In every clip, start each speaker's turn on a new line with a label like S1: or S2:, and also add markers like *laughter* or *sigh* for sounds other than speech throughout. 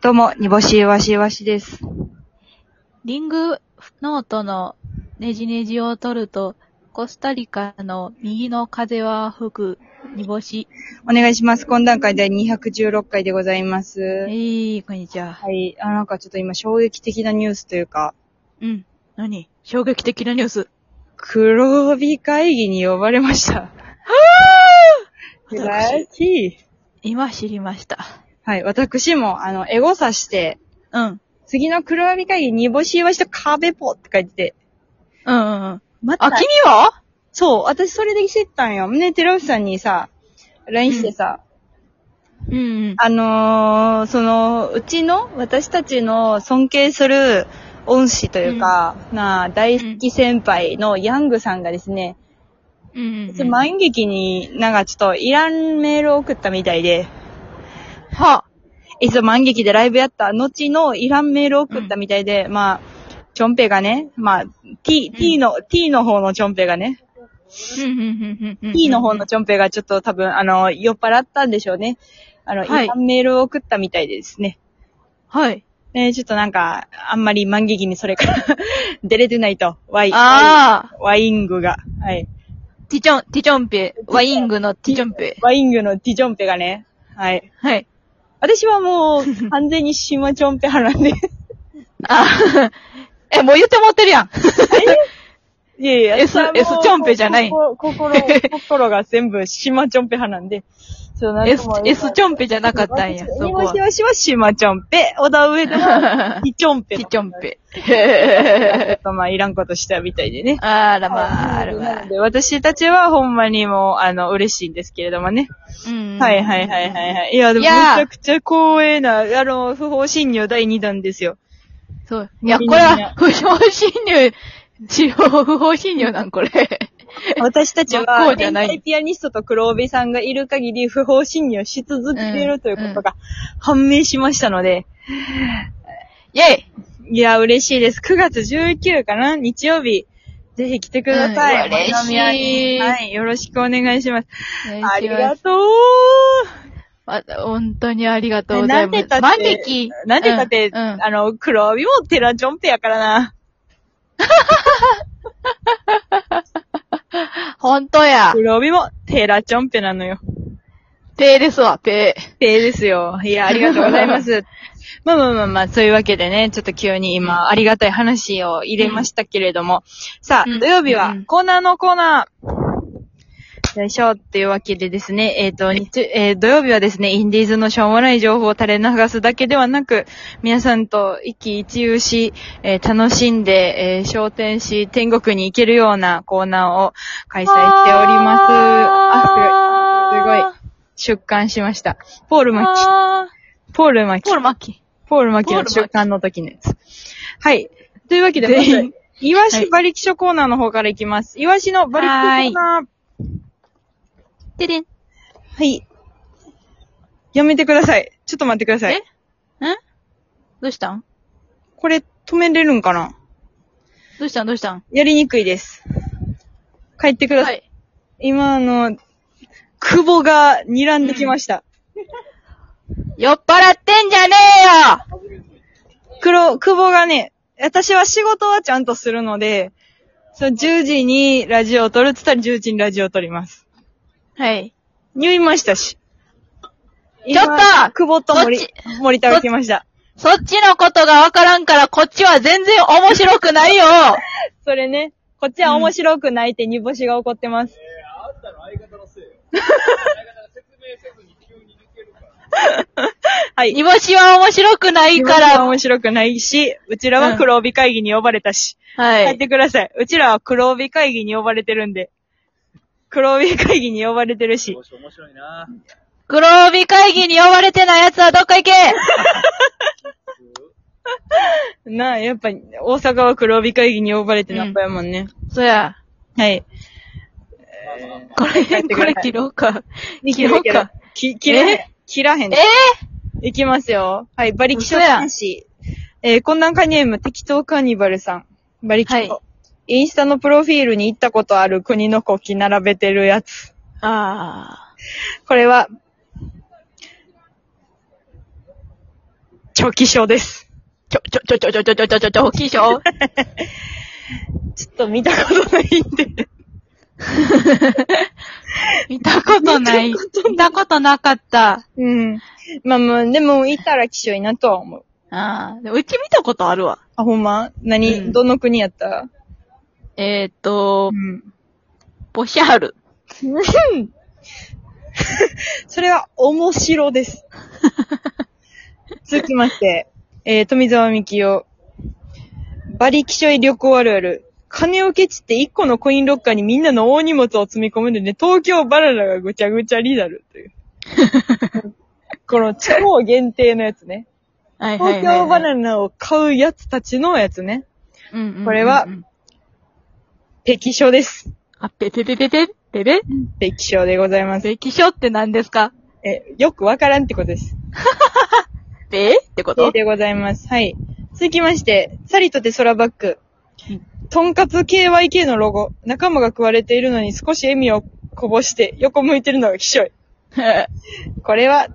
S1: どうも、煮干しわしわしです。
S2: リングノートのネジネジを取ると、コスタリカの右の風は吹く煮干し。
S1: お願いします。懇談会第216回でございます
S2: え。い、こんにちは。
S1: はい。あ、なんかちょっと今衝撃的なニュースというか、
S2: うん。何衝撃的なニュース。
S1: 黒帯会議に呼ばれました。
S2: *laughs* 私、
S1: しい。
S2: 今知りました。
S1: はい。私も、あの、エゴさして、
S2: うん。
S1: 次の黒帯会議、煮干しわしと壁ポって書いてて。
S2: うんうんうん。
S1: ま
S2: あ、君は
S1: そう、私それで知ったんよ。ね、寺内さんにさ、LINE してさ、
S2: うんうん。
S1: あのー、その、うちの、私たちの尊敬する恩師というか、なあ、大好き先輩のヤングさんがですね、
S2: うんうん
S1: ちょ万劇になんかちょっといらんメールを送ったみたいで、
S2: は、
S1: いつも万劇でライブやった後のいらんメールを送ったみたいで、まあ、チョンペがね、まあ、T、T の、T の方のチョンペがね、
S2: うんうんうんうんうん。
S1: T の方のチョンペがちょっと多分、あの、酔っ払ったんでしょうね。あの、い
S2: はい
S1: らんメールを送ったみたいでですね。
S2: はい。
S1: えーちょっとなんか、あんまり満劇にそれから *laughs* 出れてないと。ワイ、
S2: ああ、
S1: ワイングが。はい。
S2: ティチョン、ティチョンペ、ワイングのティチョンペ。
S1: ワイングのティチョンペがね。はい。
S2: はい。
S1: 私はもう、完全にシマチョンペ派なん
S2: *laughs*
S1: で。
S2: あ *laughs* ーえ、もう言ってもってるやん。
S1: いやいや、*laughs* 私
S2: S-
S1: はもう
S2: S チョンペじゃない
S1: ここ心、心が全部シマチョンペ派なんで。そうなん
S2: S、S チョンペじゃなかったんや、そ
S1: そ
S2: こは。
S1: は。しはシマチョンペ。小田
S2: *laughs*
S1: 上でも、ティチョンペ。
S2: ティチョン。ペ。
S1: ちょっ
S2: *laughs*
S1: とまあ、いらんことしたみたいでね。
S2: あらまあ、あらま
S1: な
S2: あ
S1: の。で私たちはほんまにもう、あの、嬉しいんですけれどもね。
S2: うん。
S1: はいはいはいはいいはい。いや、でも
S2: い
S1: めち
S2: やー
S1: ゃくちゃ光栄な、あの、不法侵入第2弾です
S2: *laughs*
S1: よ。
S2: そう。いや、これ
S1: みんな
S2: は、不法侵入、しよう不法侵入なん、これ。
S1: 私たち
S2: 真っ
S1: は、
S2: 向じゃ
S1: 変
S2: ない
S1: 態ピアニストと黒帯さんがいる限り不法侵入し続けているということが判明しましたので、
S2: イェイ
S1: いや、嬉しいです。9月19かな日曜日。ぜひ来てください。
S2: うん嬉しい
S1: 本宮にはい、よろしくお願いします。ありが
S2: う。
S1: とう
S2: ま本当にありがとうございます。
S1: なんでだって
S2: 万力
S1: なんでだって、
S2: うんうん
S1: あの、黒帯もテラジョンペやからな。
S2: 本当や。
S1: 黒帯もテラジョンペなのよ。
S2: ペーですわ、ペー。
S1: 定ですよ。いや、ありがとうござい
S2: *laughs*
S1: ます。まあまあまあまあ、そういうわけでね、ちょっと急に今、ありがたい話を入れましたけれども。さあ、
S2: うん
S1: 土曜日は
S2: うん
S1: コーナーのコーナー。よいしょ、というわけでですね、えっ、と、日えー土曜日はですね、インディーズのしょうもない情報を垂れ流すだけではなく、皆さんと一喜一憂し、えー楽しんで、えー昇天し、天国に行けるようなコーナーを開催しております。あ、すごい。すごい。出刊しました。ポールマキ。
S2: あ
S1: ポールマ
S2: ー
S1: キ
S2: ポー。ルマッキ
S1: ポールマキの
S2: ポール
S1: 出
S2: マキ
S1: 刊の時のやつ。はい。というわけで、ま
S2: 全員
S1: ず、イワ
S2: は
S1: シ
S2: い
S1: 馬力書コーナーの方からいきます。イワシの馬力書コーナー。
S2: ー。てれん。
S1: はい。やめてください。ちょっと待ってください
S2: え。んどうしたん
S1: これ、止めれるんかな
S2: どうしたんどうしたん
S1: やりにくいです。帰ってくださ。
S2: はいい。
S1: 今、あの、久保が睨んできました。
S2: 酔っ払ってんじゃねえよ
S1: 黒、久保がね、私は仕事はちゃんとするので、そう、10時にラジオを撮るって言ったら10時にラジオを撮ります。
S2: はい。
S1: 入院ましたし。
S2: ちょっと
S1: 今久保と森
S2: こっ、
S1: 森田が来ました。
S2: そっちのことがわからんから、こっちは全然面白くないよ
S1: それね、こっちは面白くないって煮干しが怒ってます。
S2: *laughs*
S1: はい。
S2: 煮干しは面白くない
S1: 煮
S2: か
S1: 干しは
S2: ら。
S1: 面白くないし、うちらは黒帯会議に呼ばれたし。
S2: は
S1: 帰っ
S2: い。
S1: てください。うちらは黒帯会議に呼ばれてるんで。黒帯会議に呼ばれてるし。
S3: 面白いな
S2: 黒帯会議に呼ばれてない奴はどっか行け
S1: なあ、やっぱ、大阪は黒帯会議に呼ばれてなんぼやもんね。
S2: そや。
S1: はい。
S2: これ、
S1: 帰ってくださ
S2: こ
S1: い
S2: れ切ろうか。
S1: 切
S2: 切ろうか。。
S1: き、切らへん。切らへん
S2: え。
S1: いきますよ。はい、馬力書
S2: 嘘や
S1: 男子。えー、懇談会ネーム、適当カーニバルさん。馬力書。
S2: はい
S1: インスタのプロフィールに行ったことある国の国旗並べてるやつ。
S2: あ
S1: これは、チ長期賞です。
S2: ちょ、ちょ、ちょ、ちょ、ちょ、ちょ、ちょ、ちょ、ちょ、ちょ、大きいしょ
S1: ちょっと見たことないんで。
S2: 見たことない。
S1: 見たことない
S2: 見たことなかった。
S1: うん。まあまあ、でも、いたら希少いなとは思う。
S2: ああ、でもうち見たことあるわ。
S1: あ、ほんま何、
S2: うん
S1: どの国やった
S2: えーっと、
S1: ん。
S2: ポシャール。
S1: それは、面白です。続きまして、えー、富澤美樹を、バリ気象医旅行あるある。金をケチって一個のコインロッカーにみんなの大荷物を積み込むんでね、東京バナナがぐちゃぐちゃになるという。 *laughs* この地方限定のやつね。
S2: はいはいは
S1: 東
S2: い、はい。
S1: 京バナナを買うやつたちのやつね。
S2: うんうんうんうん
S1: これはペキショです。
S2: あ、ペペペペペペペ
S1: ペキショでございます。
S2: ペキショって何ですか
S1: え、よくわからんってことです。
S2: ペってこと
S1: でございます。はい。続きまして、サリとて空バック
S2: うん。
S1: とんかつ KYK のロゴ。仲間が食われているのに少し笑みをこぼして横向いてるのが希
S2: *laughs*
S1: 少い。これは、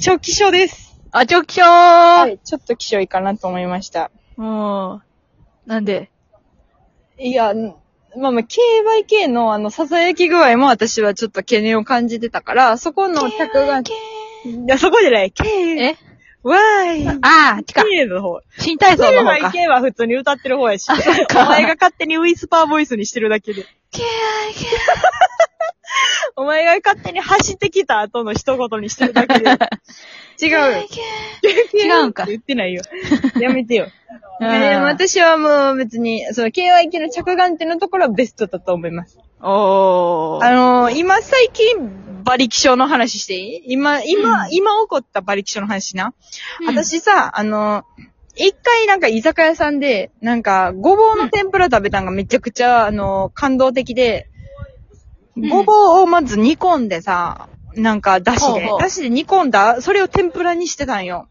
S1: 超希少です。
S2: あ、ちょ、きしょ
S1: は
S2: ー
S1: い。ちょっと希少いかなと思いました。
S2: もう、なんで
S1: いや、んまあまあ、KYK のあの、囁き具合も私はちょっと懸念を感じてたから、そこの客が、いや、そこじゃない。K、
S2: え
S1: Y、
S2: ああ、ちか。
S1: K の方。
S2: 新体操の方か。
S1: KYK は普通に歌ってる方やし。
S2: そっ
S1: お
S2: か
S1: 前が勝手にウィスパーボイスにしてるだけで。 *laughs* お前が勝手に走ってきた後の一言にしてるだけ *laughs* で。違うよ。
S2: 違うんか
S1: って言ってない *laughs* よ。やめてよ。
S2: う
S1: え
S2: ん
S1: ー私はもう別に、その KYK の着眼点のところはベストだと思います。
S2: お
S1: あ
S2: ー。
S1: のー今最近、馬力症の話していい今、今、
S2: うん
S1: 今起こった馬力症の話な。
S2: うん、
S1: 私さ、あの、一回なんか居酒屋さんで、なんか、ごぼうの天ぷら食べたんがめちゃくちゃ、あの、感動的で、
S2: うん
S1: ごぼうをまず煮込んでさ、なんか、だしで
S2: ほうほ、う
S1: だしで煮込んだ、それを天ぷらにしてたんよ。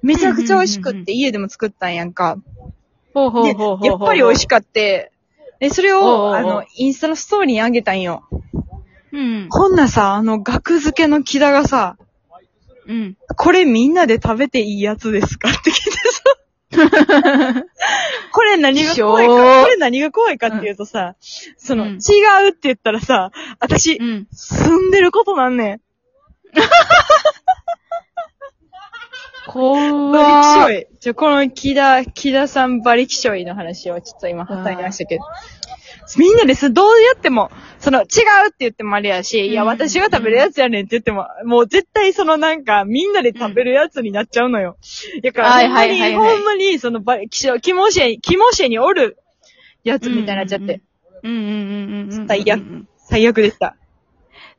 S1: めちゃくちゃ美味しく
S2: うん
S1: っ
S2: うんうんう
S1: て家でも作ったんやんか。
S2: ほうほう
S1: で
S2: ほうほうほう。
S1: やっぱり美味し
S2: く。
S1: かって、で、それ
S2: おうおうお
S1: を、
S2: う
S1: あの、インスタのストーリーにあげたんよ。
S2: うん。
S1: こんなさ、あの、額付けの木田がさ、
S2: うん。
S1: これみんなで食べていいやつですかって聞いてさ。
S2: *laughs*
S1: これ何が怖い
S2: ひょー
S1: か、これ何が怖いかっていうとさ、その、
S2: うん
S1: 違うって言ったらさ、私、
S2: うん。
S1: 住んでることなんねん。
S2: こー
S1: バリキシ
S2: わ
S1: ョ
S2: ー。
S1: イ。ちょ、この木田、木田さんバリキショイの話をちょっと今挟みましたけど。みんなです、どうやっても、その、違うって言ってもあれやし、いや、
S2: うん
S1: 私が食べるやつやねんって言っても、もう絶対そのなんか、みんなで食べるやつになっちゃうのよ。だから、
S2: は
S1: ほ
S2: い
S1: んま
S2: はいは
S1: に、
S2: いはい
S1: ほんまに、そのバリキショイ、キモシェ、キモシェにおるやつみたいになっちゃって、。
S2: うんうんうんうんうんうん。
S1: 最悪最悪でした。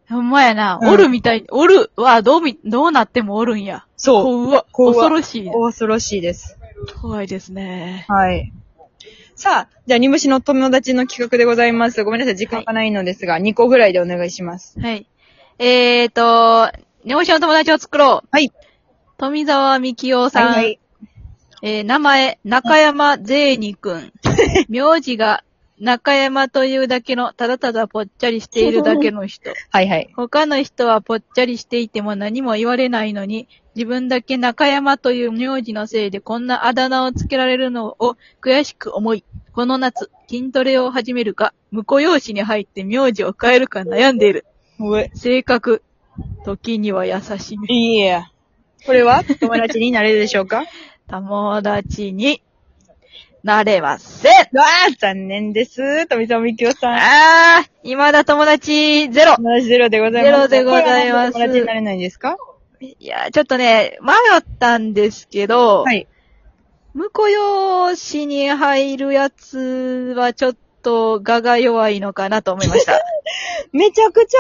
S2: ほんまやな。
S1: うん
S2: おるみたいに、おるはどうみ、どうなってもおるんや。
S1: そう。
S2: こうわ、
S1: こうわ
S2: 恐ろしい。
S1: お恐ろしいです。
S2: 怖いですね。
S1: はい。さあ、じゃあ、煮干しの友達の企画でございます。ごめんなさい、時間がないのですが、2個ぐらいでお願いします。
S2: はい。えーと、日本酒の友達を作ろう。
S1: はい。
S2: 富澤美樹夫
S1: は
S2: さ
S1: い
S2: ん。
S1: はい。
S2: えー名前、中山税二
S1: *laughs*
S2: くん。名字が、中山というだけの、ただただぽっちゃりしているだけ
S1: *laughs*
S2: の人。
S1: はいはい。
S2: 他の人はぽっちゃりしていても何も言われないのに、自分だけ中山という名字のせいでこんなあだ名をつけられるのを悔しく思い、この夏、筋トレを始めるか、婿養子に入って名字を変えるか悩んでいる。
S1: うえ。
S2: 性格、時には優しめ。
S1: いいえ。これは友達になれるでしょ *laughs* うか
S2: 友達になれません。
S1: わあ、残念です。富澤美京さん。
S2: あー、未だ友達ゼロ。
S1: 友達ゼロでございます。
S2: ゼロでございます
S1: これはなんで友達になれないんですか
S2: いや、ちょっとね、迷ったんですけど、
S1: はい。
S2: 婿養子に入るやつはちょっと、我が弱いのかなと思いま
S1: *laughs*
S2: した。
S1: めちゃくちゃ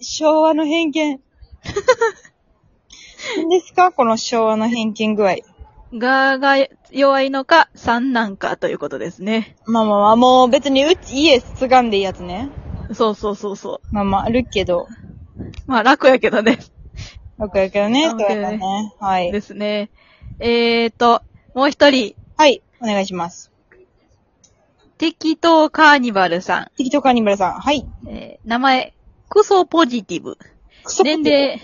S1: 昭和の偏 *laughs* 見。何ですかこの昭和の偏見具合。
S2: 我が弱いのか、三なんかということですね。
S1: まあまあまあ、もう別にうち、家つがんでいいやつね。
S2: そうそうそうそ
S1: まあまあ、あるけど。
S2: う。まあ楽やけどね。
S1: 僕やけどね、
S2: あ
S1: そう
S2: オッケー
S1: やね。はい。
S2: ですね。えーと、もう一人、
S1: はい、お願いします。
S2: 適当カーニバルさ
S1: 適当カーニバルさん。はい。
S2: ん。えー名前、クソポジティブ。
S1: クソ
S2: 年齢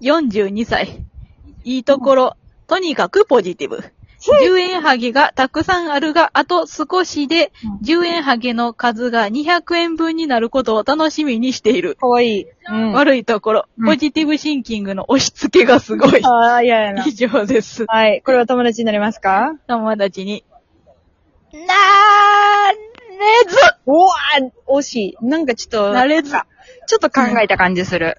S2: 42歳。いいところ、とにかくポジティブ。10円ハゲがたくさんあるが、あと少しで10円ハゲの数が200円分になることを楽しみにしている。
S1: かわいい。うん。
S2: 悪いところ、
S1: うん
S2: ポジティブシンキングの押し付けがすごい。
S1: ああ、嫌やな
S2: 以。
S1: *laughs*
S2: 上です。
S1: はい。これは友達になりますか
S2: 友達に、なーれず
S1: おわ惜しい。なんかちょっと、
S2: なれず
S1: ちょっと考えた感じする。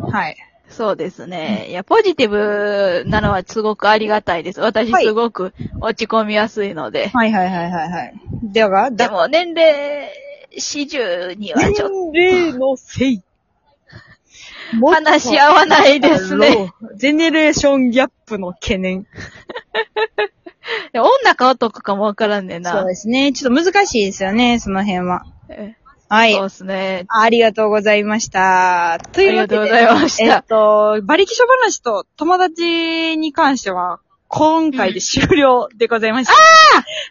S1: はい。
S2: そうですね。いや、ポジティブなのはすごくありがたいです。私
S1: はい
S2: すごく落ち込みやすいので。
S1: はいはいはいはいはい。では、
S2: で
S1: だ、
S2: も年齢40にはちょっ
S1: 齢のせい。
S2: と話し合わないですね。。
S1: ジェネレーションギャップの懸念。
S2: で女か男かもわからんねん
S1: そ
S2: な
S1: う。ですね。ちょっと難しいですよね、その辺は。
S2: え
S1: は
S2: そう
S1: い。
S2: ですね。
S1: ありがとうございました。と
S2: あ
S1: い
S2: り
S1: うわ
S2: が
S1: け
S2: とうご
S1: で、
S2: ざいまし。
S1: えったと、馬力書話と友達に関しては、今回で終了でございました。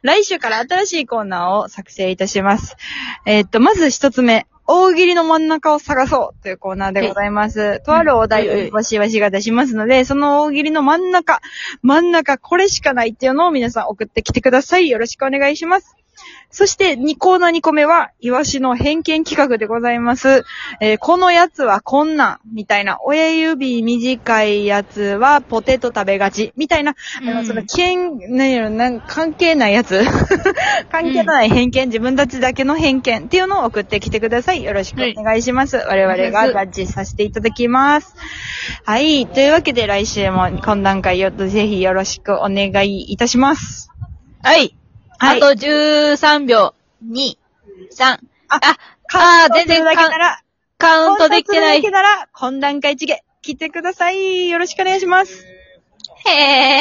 S1: 来週から新しいコーナーを作成いたします。えっと、まず一つ目。大喜利の真ん中を探そうというコーナーでございます。とあるお題
S2: うんはいは
S1: を
S2: い
S1: わしわしが出しますので、その大喜利の真ん中、真ん中これしかないっていうのを皆さん送ってきてください。よろしくお願いします。そして、2コーナー2個目は、イワシの偏見企画でございます。えーこのやつはこんなん、みたいな。親指短いやつはポテト食べがち、みたいな。あ
S2: う
S1: の、
S2: ん
S1: その、けん、何やろ、なん、関係ないやつ *laughs* 関係のない偏見、自分たちだけの偏見っていうのを送ってきてください。よろしくお願いします。我々がジャッジさせていただきます。はい。というわけで、来週も懇談会をぜひよろしくお願いいたします。
S2: はい。
S1: は
S2: あ
S1: い
S2: と13秒。2、3。
S1: あ
S2: あ、あー、全
S1: そ
S2: 然
S1: れだけ
S2: カ
S1: な
S2: ウン
S1: ら、
S2: カウントできてな
S1: 本当それだけ
S2: い。
S1: なら、懇談会チゲ、来てください。よろしくお願いします。
S2: へー。